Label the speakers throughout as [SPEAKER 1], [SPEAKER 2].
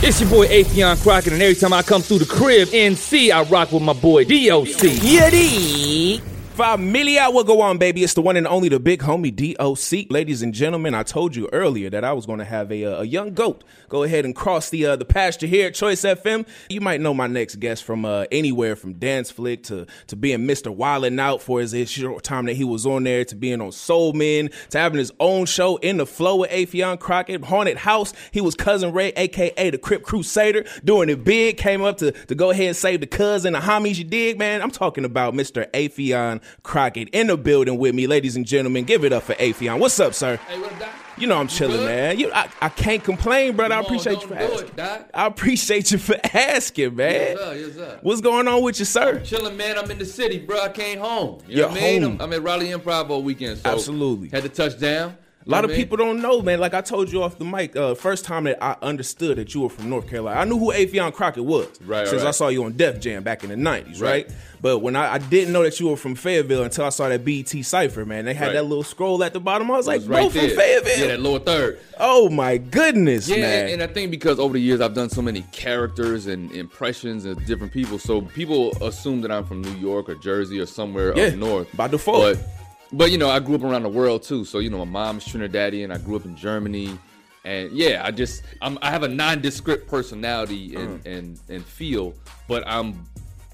[SPEAKER 1] It's your boy Atheon Crockett, and every time I come through the crib, NC, I rock with my boy DOC.
[SPEAKER 2] Yeti. Familia, what go on, baby? It's the one and only, the big homie DOC. Ladies and gentlemen, I told you earlier that I was going to have a, uh, a young goat go ahead and cross the uh, the pasture here at Choice FM. You might know my next guest from uh, anywhere from Dance Flick to, to being Mr. Wildin' Out for his, his short time that he was on there, to being on Soul Men, to having his own show in the flow with Afion Crockett, Haunted House. He was Cousin Ray, aka the Crip Crusader, doing it big, came up to, to go ahead and save the cousin, the homies, you dig, man? I'm talking about Mr. Afion Crockett in the building with me, ladies and gentlemen. Give it up for Afion. What's up, sir?
[SPEAKER 3] Hey, what up, Doc?
[SPEAKER 2] You know I'm chilling,
[SPEAKER 3] good?
[SPEAKER 2] man. You, I, I can't complain, brother. I
[SPEAKER 3] Come on,
[SPEAKER 2] appreciate you
[SPEAKER 3] don't
[SPEAKER 2] for
[SPEAKER 3] do it,
[SPEAKER 2] asking.
[SPEAKER 3] Doc.
[SPEAKER 2] I appreciate you for asking, man.
[SPEAKER 3] Yes, sir. Yes, sir.
[SPEAKER 2] What's going on with you, sir?
[SPEAKER 3] Chilling, man. I'm in the city, bro. I came home. You
[SPEAKER 2] You're
[SPEAKER 3] know what I mean?
[SPEAKER 2] home.
[SPEAKER 3] I'm, I'm at Raleigh Improv all weekend. So
[SPEAKER 2] Absolutely.
[SPEAKER 3] Had to touch down.
[SPEAKER 2] A lot of people don't know, man. Like I told you off the mic, uh, first time that I understood that you were from North Carolina, I knew who Afion Crockett was
[SPEAKER 3] Right,
[SPEAKER 2] since
[SPEAKER 3] right.
[SPEAKER 2] I saw you on Def Jam back in the '90s, right?
[SPEAKER 3] Right.
[SPEAKER 2] But when I, I didn't know that you were from Fayetteville until I saw that BET cipher, man. They had
[SPEAKER 3] Right.
[SPEAKER 2] that little scroll at the bottom. I was like,
[SPEAKER 3] It's
[SPEAKER 2] bro,
[SPEAKER 3] right
[SPEAKER 2] from
[SPEAKER 3] there.
[SPEAKER 2] Fayetteville.
[SPEAKER 3] Yeah, that lower third.
[SPEAKER 2] oh my goodness,
[SPEAKER 3] Yeah,
[SPEAKER 2] man.
[SPEAKER 3] and I think because over the years I've done so many characters and impressions of different people, so people assume that I'm from New York or Jersey or somewhere
[SPEAKER 2] Yeah,
[SPEAKER 3] up north
[SPEAKER 2] by default.
[SPEAKER 3] But, but you know, I grew up around the world too. So you know, my mom's Trinidadian. I grew up in Germany, and yeah, I just I'm, I have a nondescript personality and
[SPEAKER 2] Mm.
[SPEAKER 3] and and feel, but I'm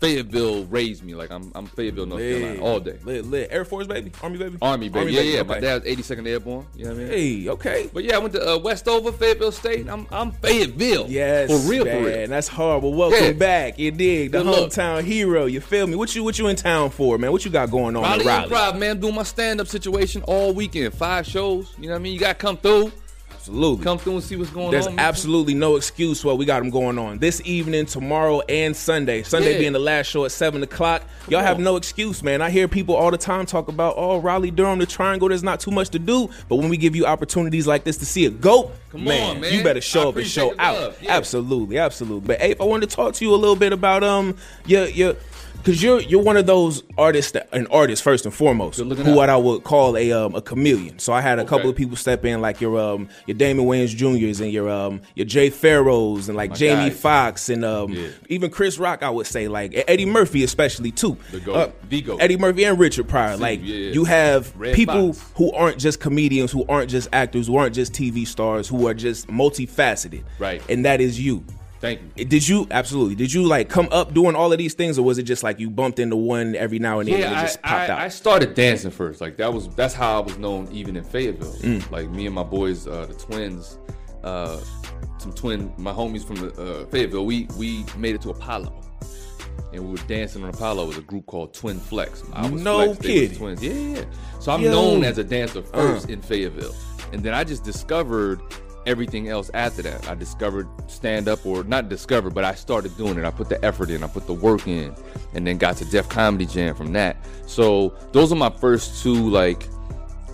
[SPEAKER 3] Fayetteville raised me like I'm I'm Fayetteville, North Carolina,
[SPEAKER 2] Lit,
[SPEAKER 3] all day.
[SPEAKER 2] lit, lit. Air Force baby, Army baby,
[SPEAKER 3] Army, baby. yeah, yeah. My
[SPEAKER 2] okay.
[SPEAKER 3] dad's 82nd Airborne. You know what I mean?
[SPEAKER 2] Hey, okay.
[SPEAKER 3] But yeah, I went to uh, Westover, Fayetteville State. I'm I'm Fayetteville.
[SPEAKER 2] Yes,
[SPEAKER 3] for real,
[SPEAKER 2] man.
[SPEAKER 3] for real.
[SPEAKER 2] That's hard. Well, welcome
[SPEAKER 3] Yeah.
[SPEAKER 2] back. You dig the
[SPEAKER 3] Good luck.
[SPEAKER 2] hometown hero. You feel me? What you what you in town for, man? What you got going on
[SPEAKER 3] Raleigh
[SPEAKER 2] in Raleigh?
[SPEAKER 3] Improv, man. I'm doing my stand-up situation all weekend. Five shows. You know what I mean? You gotta come through.
[SPEAKER 2] Absolutely.
[SPEAKER 3] Come through and see what's going
[SPEAKER 2] There's
[SPEAKER 3] on. man.
[SPEAKER 2] absolutely no excuse for what we got them going on this evening, tomorrow, and Sunday. Sunday
[SPEAKER 3] Yeah.
[SPEAKER 2] being the last show at seven o'clock. Y'all have
[SPEAKER 3] on.
[SPEAKER 2] no excuse, man. I hear people all the time talk about, oh, Raleigh, Durham, the Triangle. There's not too much to do, but when we give you opportunities like this to see a goat,
[SPEAKER 3] Come
[SPEAKER 2] man,
[SPEAKER 3] on, man.
[SPEAKER 2] you better
[SPEAKER 3] I
[SPEAKER 2] show up and show
[SPEAKER 3] appreciate the
[SPEAKER 2] out.
[SPEAKER 3] love. Yeah.
[SPEAKER 2] Absolutely, absolutely. But Ape, I wanted to talk to you a little bit about um your your. Cause you're you're one of those artists, that, an artist first and foremost, who
[SPEAKER 3] looking out.
[SPEAKER 2] what I would call a um, a chameleon. So I had a couple
[SPEAKER 3] Okay.
[SPEAKER 2] of people people step in like your um your Damon Wayans Juniors and your um your Jay Farrows and like Jamie
[SPEAKER 3] guys.
[SPEAKER 2] Foxx and um
[SPEAKER 3] Yeah.
[SPEAKER 2] even Chris Rock I would say like and Eddie Murphy especially too Uh,
[SPEAKER 3] The GOAT. The GOAT.
[SPEAKER 2] Eddie Murphy and Richard Pryor like
[SPEAKER 3] yeah, yeah.
[SPEAKER 2] you have
[SPEAKER 3] Red
[SPEAKER 2] people
[SPEAKER 3] Fox.
[SPEAKER 2] who aren't just comedians who aren't just actors who aren't just TV stars who are just multifaceted
[SPEAKER 3] Right.
[SPEAKER 2] and that is you
[SPEAKER 3] Thank you.
[SPEAKER 2] did you absolutely did you like come up doing all of these things or was it just like you bumped into one every now and then and it
[SPEAKER 3] Yeah,
[SPEAKER 2] just
[SPEAKER 3] I,
[SPEAKER 2] popped out
[SPEAKER 3] I, I started dancing first. Like that was that's how I was known even in Fayetteville.
[SPEAKER 2] Mm.
[SPEAKER 3] Like me and my boys, uh, the twins, uh, some twin my homies from the uh, Fayetteville. We we made it to Apollo, and we were dancing on Apollo with a group called Twin Flex. I was
[SPEAKER 2] No
[SPEAKER 3] Flex, they was
[SPEAKER 2] kidding.
[SPEAKER 3] twins. Yeah, yeah. yeah. So I'm
[SPEAKER 2] Yo. Uh.
[SPEAKER 3] known as a dancer first in Fayetteville, and then I just discovered everything else after that. I discovered stand up, or not discovered, but I started doing it. I put the effort in, I put the work in, and then got to Def Comedy Jam from that. So those are my first two like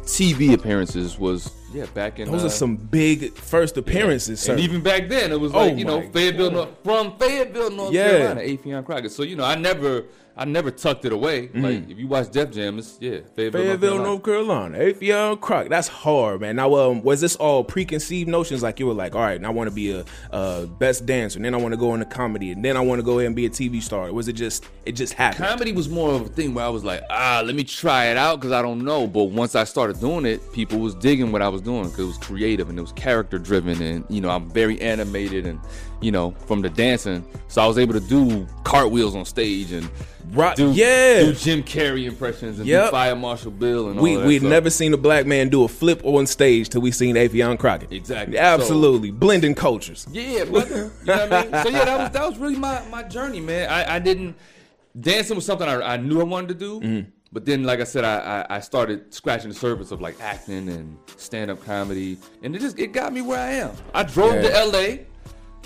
[SPEAKER 3] TV appearances. Was yeah, back in
[SPEAKER 2] those
[SPEAKER 3] uh,
[SPEAKER 2] are some big first appearances sir
[SPEAKER 3] and even back then, it was
[SPEAKER 2] Oh
[SPEAKER 3] like you know
[SPEAKER 2] my
[SPEAKER 3] Fayetteville, North, from Fayetteville, North
[SPEAKER 2] Yeah.
[SPEAKER 3] Carolina, Afion Crockett. So you know, I never, I never tucked it away. Like if you watch Def Jam, it's yeah, Fayetteville,
[SPEAKER 2] Mm. Fayetteville,
[SPEAKER 3] North
[SPEAKER 2] North Carolina. Afion Crock. That's hard, man. Now, um, was this all preconceived notions? Like you were like, all right, now I want to be a, a best dancer, and then I want to go into comedy, and then I want to go ahead and be a TV star. Or Was it just it just happened?
[SPEAKER 3] Carolina. Comedy was more of a thing where I was like, ah, let me try it out because I don't know. But once I started doing it, people was digging what I was doing because it was creative and it was character driven, and you know, I'm very animated and you know, from the dancing, so I was able to do cartwheels on stage and.
[SPEAKER 2] Right?
[SPEAKER 3] Do,
[SPEAKER 2] yeah.
[SPEAKER 3] do Jim Carrey impressions and
[SPEAKER 2] Yep.
[SPEAKER 3] do Fire Marshal Bill and all
[SPEAKER 2] we
[SPEAKER 3] that
[SPEAKER 2] we had
[SPEAKER 3] stuff.
[SPEAKER 2] never seen a black man do a flip on stage till we seen Afion Crockett.
[SPEAKER 3] Exactly.
[SPEAKER 2] Absolutely. Blending cultures.
[SPEAKER 3] Yeah, brother. you know what I mean? So yeah, that was that was really my my journey, man. I, I didn't dancing was something I, I knew I wanted to do.
[SPEAKER 2] Mm-hmm.
[SPEAKER 3] But then, like I said, I, I, I started scratching the surface of like acting and stand up comedy, and it just it got me where I am. I drove
[SPEAKER 2] Yeah.
[SPEAKER 3] to L.A.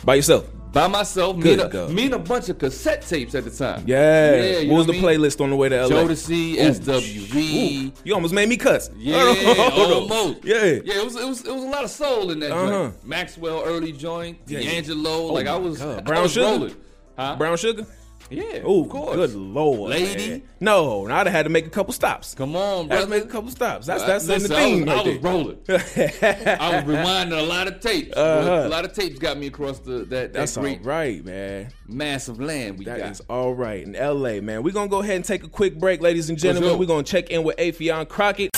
[SPEAKER 2] By yourself.
[SPEAKER 3] by myself, me
[SPEAKER 2] Good
[SPEAKER 3] and, a,
[SPEAKER 2] God.
[SPEAKER 3] me and a bunch of cassette tapes at the time.
[SPEAKER 2] Yeah.
[SPEAKER 3] you
[SPEAKER 2] what was
[SPEAKER 3] know
[SPEAKER 2] the
[SPEAKER 3] I mean?
[SPEAKER 2] playlist on the way to LA?
[SPEAKER 3] Jodeci,
[SPEAKER 2] Ooh,
[SPEAKER 3] SWV.
[SPEAKER 2] you almost made me cuss.
[SPEAKER 3] Yeah,
[SPEAKER 2] Hold on.
[SPEAKER 3] almost.
[SPEAKER 2] Yeah.
[SPEAKER 3] yeah. It was it was it was a lot of soul in that
[SPEAKER 2] Uh-huh.
[SPEAKER 3] joint. Maxwell early joint,
[SPEAKER 2] Yeah.
[SPEAKER 3] D'Angelo.
[SPEAKER 2] Oh
[SPEAKER 3] like I
[SPEAKER 2] my
[SPEAKER 3] was,
[SPEAKER 2] God.
[SPEAKER 3] I
[SPEAKER 2] Brown
[SPEAKER 3] was
[SPEAKER 2] Sugar?
[SPEAKER 3] rolling. Huh?
[SPEAKER 2] Brown sugar.
[SPEAKER 3] Yeah.
[SPEAKER 2] Oh,
[SPEAKER 3] of course.
[SPEAKER 2] good lord,
[SPEAKER 3] Lady.
[SPEAKER 2] man. No, I'd have had to make a couple stops.
[SPEAKER 3] Come on,
[SPEAKER 2] I'd
[SPEAKER 3] brother.
[SPEAKER 2] have to make a couple stops. That's
[SPEAKER 3] I-
[SPEAKER 2] that's in the
[SPEAKER 3] listen,
[SPEAKER 2] thing.
[SPEAKER 3] I was, I
[SPEAKER 2] right
[SPEAKER 3] was rolling.
[SPEAKER 2] there.
[SPEAKER 3] I was rewinding a lot of tapes. boy.
[SPEAKER 2] Uh-huh.
[SPEAKER 3] A lot of tapes got me across the that, that
[SPEAKER 2] That's all
[SPEAKER 3] great
[SPEAKER 2] right, man.
[SPEAKER 3] mass of land we
[SPEAKER 2] That is
[SPEAKER 3] got.
[SPEAKER 2] all right in LA, man. We're gonna go ahead and take a quick break, ladies and gentlemen.
[SPEAKER 3] go.
[SPEAKER 2] We're gonna check in with Afion Crockett.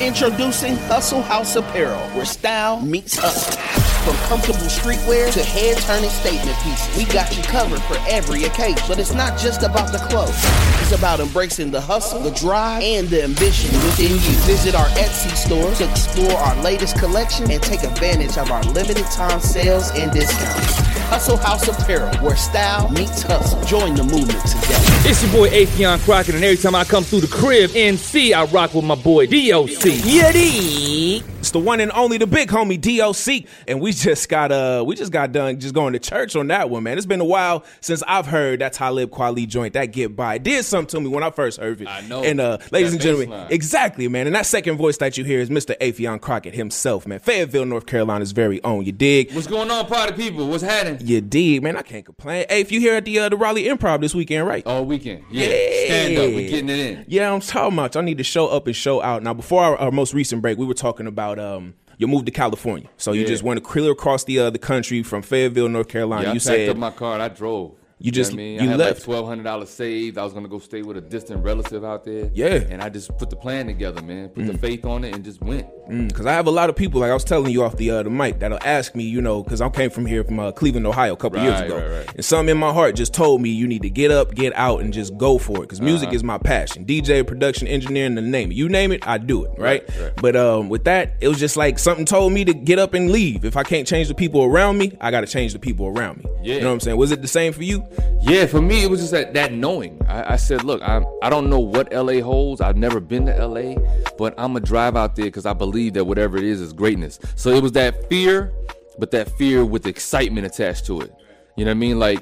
[SPEAKER 4] Introducing Hustle House Apparel, where style meets hustle. From comfortable streetwear to head-turning statement pieces, we got you covered for every occasion. But it's not just about the clothes. It's about embracing the hustle, the drive, and the ambition within you. Visit our Etsy store to explore our latest collection and take advantage of our limited time sales and discounts. Hustle House Apparel, where style meets hustle. Join the movement today.
[SPEAKER 1] It's your boy Afion Crockett, and every time I come through the crib, NC, I rock with my boy DOC.
[SPEAKER 2] Yeti. It's the one and only, the big homie DOC, and we just got uh, we just got done just going to church on that one, man. It's been a while since I've heard that Talib Kweli joint, that Get By, It did something to me when I first heard it.
[SPEAKER 3] I know.
[SPEAKER 2] And uh, ladies
[SPEAKER 3] That
[SPEAKER 2] and gentlemen,
[SPEAKER 3] bass line.
[SPEAKER 2] exactly, man. And that second voice that you hear is Mr. Afion Crockett himself, man. Fayetteville, North Carolina's very own. You dig?
[SPEAKER 3] What's going on, party people? What's happening?
[SPEAKER 2] You dig, man. I can't complain. Hey, if you here at the uh, the Raleigh Improv this weekend, right?
[SPEAKER 3] All weekend. Yeah.
[SPEAKER 2] Yeah.
[SPEAKER 3] Stand up. We're getting it in.
[SPEAKER 2] Yeah, I'm talking about. I need to show up and show out. Now, before our, our most recent break, we were talking about um your move to California. So you
[SPEAKER 3] Yeah.
[SPEAKER 2] just went clear across the uh, the country from Fayetteville, North Carolina.
[SPEAKER 3] Yeah, I
[SPEAKER 2] you
[SPEAKER 3] packed
[SPEAKER 2] said
[SPEAKER 3] up my car and I drove.
[SPEAKER 2] You just-
[SPEAKER 3] know what I mean?
[SPEAKER 2] you
[SPEAKER 3] I had
[SPEAKER 2] left.
[SPEAKER 3] like twelve hundred dollars saved. I was gonna go stay with a distant relative out there.
[SPEAKER 2] Yeah. Mm.
[SPEAKER 3] and I just put the plan together, man. Put the faith on it and just went.
[SPEAKER 2] because I have a lot of people like I was telling you off the uh, the mic that'll ask me, you know, because I came from here from uh, Cleveland, Ohio, a couple
[SPEAKER 3] Right,
[SPEAKER 2] years ago,
[SPEAKER 3] right, right.
[SPEAKER 2] and something in my heart just told me you need to get up, get out, and just go for it because
[SPEAKER 3] Uh-huh.
[SPEAKER 2] music is my passion. DJ, production, engineering, the name it. you name it, I do it, right?
[SPEAKER 3] right.
[SPEAKER 2] But um, with that, it was just like something told me to get up and leave. If I can't change the people around me, I got to change the people around me.
[SPEAKER 3] Yeah.
[SPEAKER 2] you know what I'm saying? Was it the same for you?
[SPEAKER 3] Yeah, for me, it was just that that knowing. I, I said, look, I I don't know what LA holds. I've never been to LA, but I'm gonna drive out there because I believe that whatever it is is greatness. So it was that fear, but that fear with excitement attached to it. You know what I mean? Like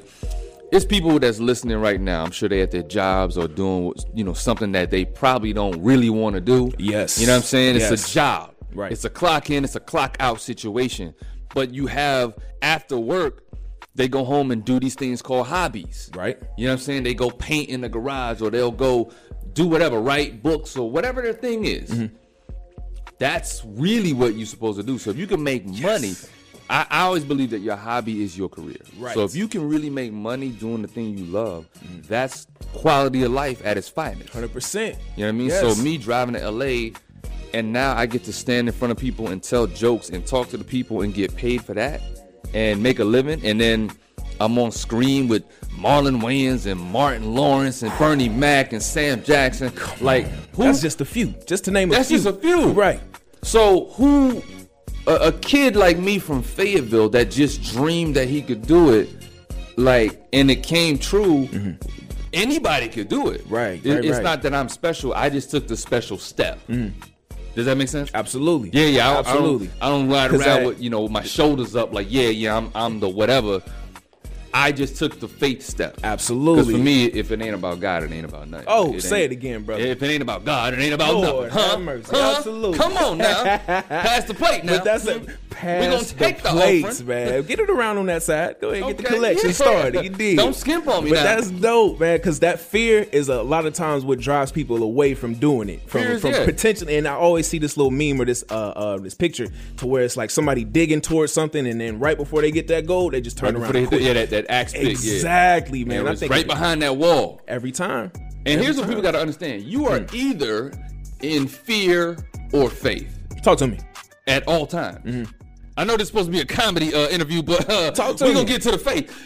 [SPEAKER 3] it's people that's listening right now. I'm sure they at their jobs or doing you know something that they probably don't really want to do.
[SPEAKER 2] Yes.
[SPEAKER 3] you know what I'm saying? It's
[SPEAKER 2] Yes.
[SPEAKER 3] a job.
[SPEAKER 2] Right.
[SPEAKER 3] It's a clock in, it's a clock out situation. But you have after work, they go home and do these things called hobbies.
[SPEAKER 2] Right.
[SPEAKER 3] You know what I'm saying? They go paint in the garage or they'll go do whatever, write books or whatever their thing is. That's really what you're supposed to do. So if you can make money, I, I always believe that your hobby is your career.
[SPEAKER 2] Right.
[SPEAKER 3] So if you can really make money doing the thing you love, that's quality of life at its finest.
[SPEAKER 2] Hundred percent.
[SPEAKER 3] You know what I mean? So me driving to LA and now I get to stand in front of people and tell jokes and talk to the people and get paid for that and make a living and then I'm on screen with Marlon Wayans and Martin Lawrence and Bernie Mac and Sam Jackson. Like who
[SPEAKER 2] That's just a few, just to name a
[SPEAKER 3] That's
[SPEAKER 2] few.
[SPEAKER 3] just a few.
[SPEAKER 2] right?
[SPEAKER 3] so who a, a kid like me from Fayetteville that just dreamed that he could do it, like, and it came true. Anybody could do it.
[SPEAKER 2] Mm-hmm. Right,
[SPEAKER 3] It-
[SPEAKER 2] right,
[SPEAKER 3] it's
[SPEAKER 2] right.
[SPEAKER 3] not that I'm special. I just took the special step. Does that make sense?
[SPEAKER 2] Absolutely.
[SPEAKER 3] Yeah, yeah. I,
[SPEAKER 2] absolutely.
[SPEAKER 3] Absolutely. I don't, ride
[SPEAKER 2] 'Cause
[SPEAKER 3] around
[SPEAKER 2] I-
[SPEAKER 3] with you know with my shoulders up like yeah, yeah. I'm I'm the whatever. I just took the faith step.
[SPEAKER 2] Absolutely.
[SPEAKER 3] Because for me, if it ain't about God, it ain't about nothing.
[SPEAKER 2] Oh,
[SPEAKER 3] ain't-
[SPEAKER 2] say it again, brother.
[SPEAKER 3] If it ain't about God, it ain't about
[SPEAKER 2] Lord,
[SPEAKER 3] nothing. Huh?
[SPEAKER 2] have mercy.
[SPEAKER 3] Huh?
[SPEAKER 2] Absolutely.
[SPEAKER 3] Come on now. Pass the plate now.
[SPEAKER 2] But that's a
[SPEAKER 3] we gonna
[SPEAKER 2] pass
[SPEAKER 3] take
[SPEAKER 2] the
[SPEAKER 3] the
[SPEAKER 2] plates,
[SPEAKER 3] offering.
[SPEAKER 2] man. Get it around on that side. Go ahead, and get the
[SPEAKER 3] Okay,
[SPEAKER 2] collection
[SPEAKER 3] yeah.
[SPEAKER 2] started. You did.
[SPEAKER 3] Don't skimp on me
[SPEAKER 2] But
[SPEAKER 3] now.
[SPEAKER 2] that's dope, man, because that fear is a lot of times what drives people away from doing it, from
[SPEAKER 3] Fear is
[SPEAKER 2] from
[SPEAKER 3] it.
[SPEAKER 2] potentially. And I always see this little meme or this uh, uh this picture to where it's like somebody digging towards something, and then right before they get that goal, they just turn
[SPEAKER 3] Before
[SPEAKER 2] around.
[SPEAKER 3] they
[SPEAKER 2] and
[SPEAKER 3] hit the-
[SPEAKER 2] quit.
[SPEAKER 3] yeah, that, that axe pick.
[SPEAKER 2] exactly,
[SPEAKER 3] Yeah.
[SPEAKER 2] man.
[SPEAKER 3] it
[SPEAKER 2] I
[SPEAKER 3] was
[SPEAKER 2] think
[SPEAKER 3] right behind that wall.
[SPEAKER 2] every time.
[SPEAKER 3] And
[SPEAKER 2] Every Mm-hmm.
[SPEAKER 3] here's what
[SPEAKER 2] time.
[SPEAKER 3] people got to understand: you are either in fear or faith
[SPEAKER 2] talk to me.
[SPEAKER 3] at all times. I know this is supposed to be a comedy uh, interview, but uh,
[SPEAKER 2] Mm-hmm. Talk to
[SPEAKER 3] we're
[SPEAKER 2] me.
[SPEAKER 3] gonna get to the faith.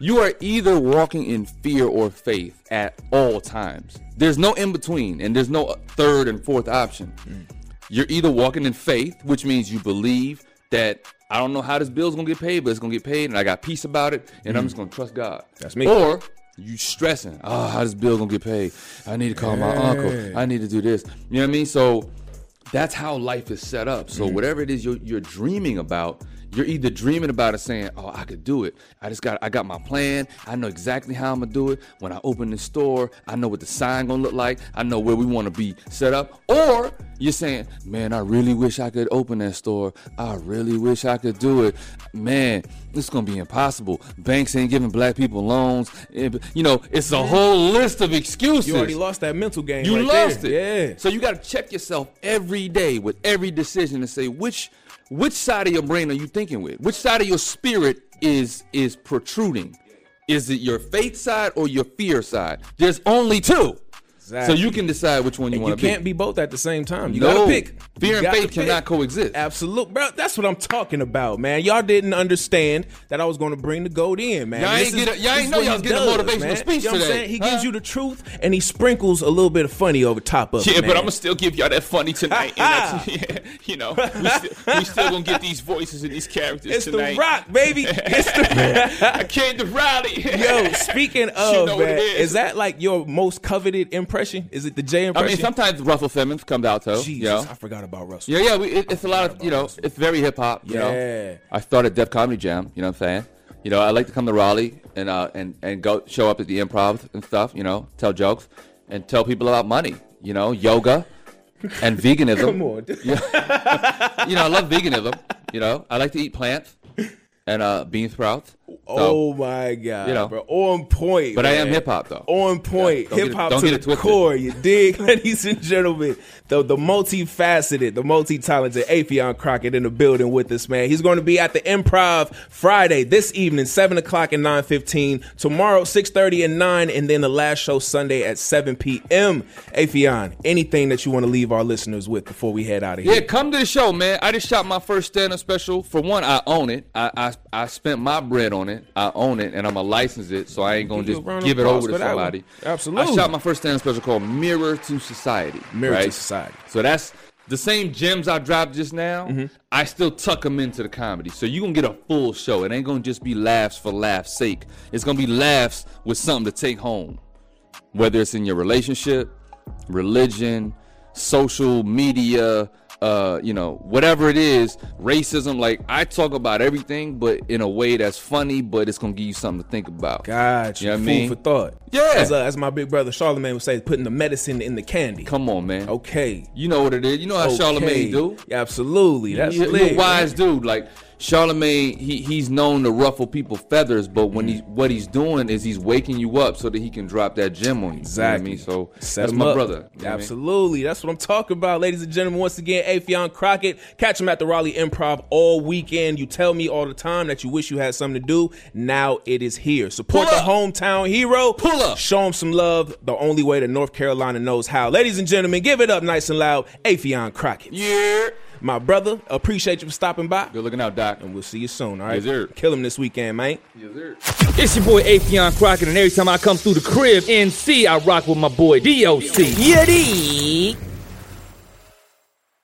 [SPEAKER 3] You are either walking in fear or faith at all times. There's no in between, and there's no third and fourth option.
[SPEAKER 2] Mm.
[SPEAKER 3] You're either walking in faith, which means you believe that I don't know how this bill's gonna get paid, but it's gonna get paid, and I got peace about it, and I'm just gonna trust God.
[SPEAKER 2] That's me.
[SPEAKER 3] Or you stressing, oh, how this bill gonna get paid? I need to call my uncle. I need to do this. You know what I mean? So that's how life is set up.
[SPEAKER 2] Mm.
[SPEAKER 3] So whatever it is you're, you're dreaming about, you're either dreaming about it saying, "Oh, I could do it. I just got I got my plan. I know exactly how I'm gonna do it. When I open the store, I know what the sign gonna look like. I know where we want to be set up." Or you're saying, "Man, I really wish I could open that store. I really wish I could do it. Man, it's gonna be impossible. Banks ain't giving black people loans. It- you know, it's a whole list of excuses.
[SPEAKER 2] You already lost that mental game.
[SPEAKER 3] You
[SPEAKER 2] right
[SPEAKER 3] lost
[SPEAKER 2] there.
[SPEAKER 3] it. So you got to check yourself every day with every decision and say which which side of your brain are you thinking with? Which side of your spirit is is protruding? Is it your faith side or your fear side? There's only two.
[SPEAKER 2] Exactly.
[SPEAKER 3] So you can decide which one you
[SPEAKER 2] Yeah.
[SPEAKER 3] want
[SPEAKER 2] You
[SPEAKER 3] to be.
[SPEAKER 2] can't be both at the same time. You
[SPEAKER 3] No.
[SPEAKER 2] gotta pick.
[SPEAKER 3] Fear
[SPEAKER 2] You
[SPEAKER 3] and
[SPEAKER 2] gotta
[SPEAKER 3] faith cannot coexist.
[SPEAKER 2] Absolute, bro. That's what I'm talking about, man. Y'all didn't understand that I was gonna bring the gold in, man.
[SPEAKER 3] Y'all
[SPEAKER 2] This
[SPEAKER 3] ain't
[SPEAKER 2] is-
[SPEAKER 3] get a- y'all
[SPEAKER 2] this
[SPEAKER 3] ain't
[SPEAKER 2] is
[SPEAKER 3] know
[SPEAKER 2] what
[SPEAKER 3] y'all
[SPEAKER 2] he
[SPEAKER 3] was getting a
[SPEAKER 2] does,
[SPEAKER 3] motivational
[SPEAKER 2] man.
[SPEAKER 3] speech
[SPEAKER 2] You know what I'm
[SPEAKER 3] today,
[SPEAKER 2] saying? He
[SPEAKER 3] huh?
[SPEAKER 2] gives you the truth and he sprinkles a little bit of funny over top of it.
[SPEAKER 5] Yeah, but
[SPEAKER 2] man.
[SPEAKER 5] I'm gonna still give y'all that funny tonight. and that's, yeah, you know, we, sti- we still gonna get these voices and these characters
[SPEAKER 2] It's
[SPEAKER 5] tonight.
[SPEAKER 2] the rock, baby. It's the
[SPEAKER 5] I came to rally.
[SPEAKER 2] Yo, speaking of,
[SPEAKER 5] know what
[SPEAKER 2] man,
[SPEAKER 5] it is.
[SPEAKER 2] is. that like your most coveted impression? Is it the J
[SPEAKER 3] I
[SPEAKER 2] impression?
[SPEAKER 3] mean, sometimes Russell Simmons comes out though.
[SPEAKER 2] Jesus,
[SPEAKER 3] yeah.
[SPEAKER 2] I forgot about Russell.
[SPEAKER 3] Yeah, yeah, we, it, it's a lot of you know, it's very hip hop. You
[SPEAKER 2] Yeah.
[SPEAKER 3] know, I started Def Comedy Jam. You know what I'm saying? You know, I like to come to Raleigh and uh, and and go show up at the improv and stuff. You know, tell jokes and tell people about money. You know, yoga and veganism.
[SPEAKER 2] Come on, dude.
[SPEAKER 3] You know, I love veganism. You know, I like to eat plants and uh, bean sprouts. So-
[SPEAKER 2] oh my god,
[SPEAKER 3] you know.
[SPEAKER 2] bro, on point.
[SPEAKER 3] but I am
[SPEAKER 2] man.
[SPEAKER 3] hip hop though.
[SPEAKER 2] On point,
[SPEAKER 3] don't get it-
[SPEAKER 2] hip hop
[SPEAKER 3] don't
[SPEAKER 2] to
[SPEAKER 3] get it
[SPEAKER 2] the
[SPEAKER 3] twisted.
[SPEAKER 2] core. You dig, ladies and gentlemen, the the multifaceted, the multi-talented Apion Crockett in the building with us, man. He's going to be at the Improv Friday this evening, seven o'clock and nine fifteen. Tomorrow, six thirty and nine, and then the last show Sunday at seven p.m. Apion, anything that you want to leave our listeners with before we head out of here?
[SPEAKER 3] Yeah, come to the show, man. I just shot my first stand-up special. For one, I own it. I, I I spent my bread on it. I own it, and I'm gonna license it, so I ain't gonna
[SPEAKER 2] Give you
[SPEAKER 3] just
[SPEAKER 2] a round of
[SPEAKER 3] give it
[SPEAKER 2] applause for
[SPEAKER 3] over to
[SPEAKER 2] that one.
[SPEAKER 3] somebody.
[SPEAKER 2] Absolutely.
[SPEAKER 3] I shot my first stand-up special called "Mirror to Society."
[SPEAKER 2] Mirror to
[SPEAKER 3] right?
[SPEAKER 2] Society. Mm-hmm.
[SPEAKER 3] So that's the same gems I dropped just now. I still tuck them into the comedy, so you gonna get a full show. It ain't gonna just be laughs for laughs' sake. It's gonna be laughs with something to take home whether it's in your relationship, religion, social media, uh, you know, whatever it is, racism. Like I talk about everything, but in a way that's funny, but it's gonna give you something to think about.
[SPEAKER 2] Gotcha.
[SPEAKER 3] You know what I
[SPEAKER 2] food
[SPEAKER 3] mean?
[SPEAKER 2] for thought.
[SPEAKER 3] Yeah.
[SPEAKER 2] As, uh, as my big brother Charlemagne would say, putting the medicine in the candy.
[SPEAKER 3] Come on, man.
[SPEAKER 2] Okay.
[SPEAKER 3] You know what it is. You know how
[SPEAKER 2] okay.
[SPEAKER 3] Charlemagne do.
[SPEAKER 2] Yeah, absolutely. That's
[SPEAKER 3] He's
[SPEAKER 2] lit.
[SPEAKER 3] a wise dude. Like Charlemagne, he, he's known to ruffle people's feathers, but when he what he's doing is he's waking you up so that he can drop that gem on you.
[SPEAKER 2] Exactly.
[SPEAKER 3] You know what I mean? So
[SPEAKER 2] Set
[SPEAKER 3] that's
[SPEAKER 2] him
[SPEAKER 3] my
[SPEAKER 2] up.
[SPEAKER 3] brother. You know what I mean?
[SPEAKER 2] Absolutely. That's what I'm talking about, ladies and gentlemen. Once again, Afion Crockett. Catch him at the Raleigh Improv all weekend. You tell me all the time that you wish you had something to do. Now it is here. Support
[SPEAKER 3] Pull
[SPEAKER 2] the
[SPEAKER 3] up.
[SPEAKER 2] hometown hero.
[SPEAKER 3] Pull up.
[SPEAKER 2] Show him some love. The only way that North Carolina knows how. Ladies and gentlemen, give it up nice and loud. Afion Crockett.
[SPEAKER 3] Yeah.
[SPEAKER 2] My brother, appreciate you for stopping by.
[SPEAKER 3] Good looking out, Doc.
[SPEAKER 2] We'll see you soon, all right?
[SPEAKER 3] Yes, sir.
[SPEAKER 2] Kill him this weekend, man.
[SPEAKER 1] It's your boy Apion Crockett, and every time I come through the crib, NC, I rock with my boy DOC.
[SPEAKER 4] Yeti.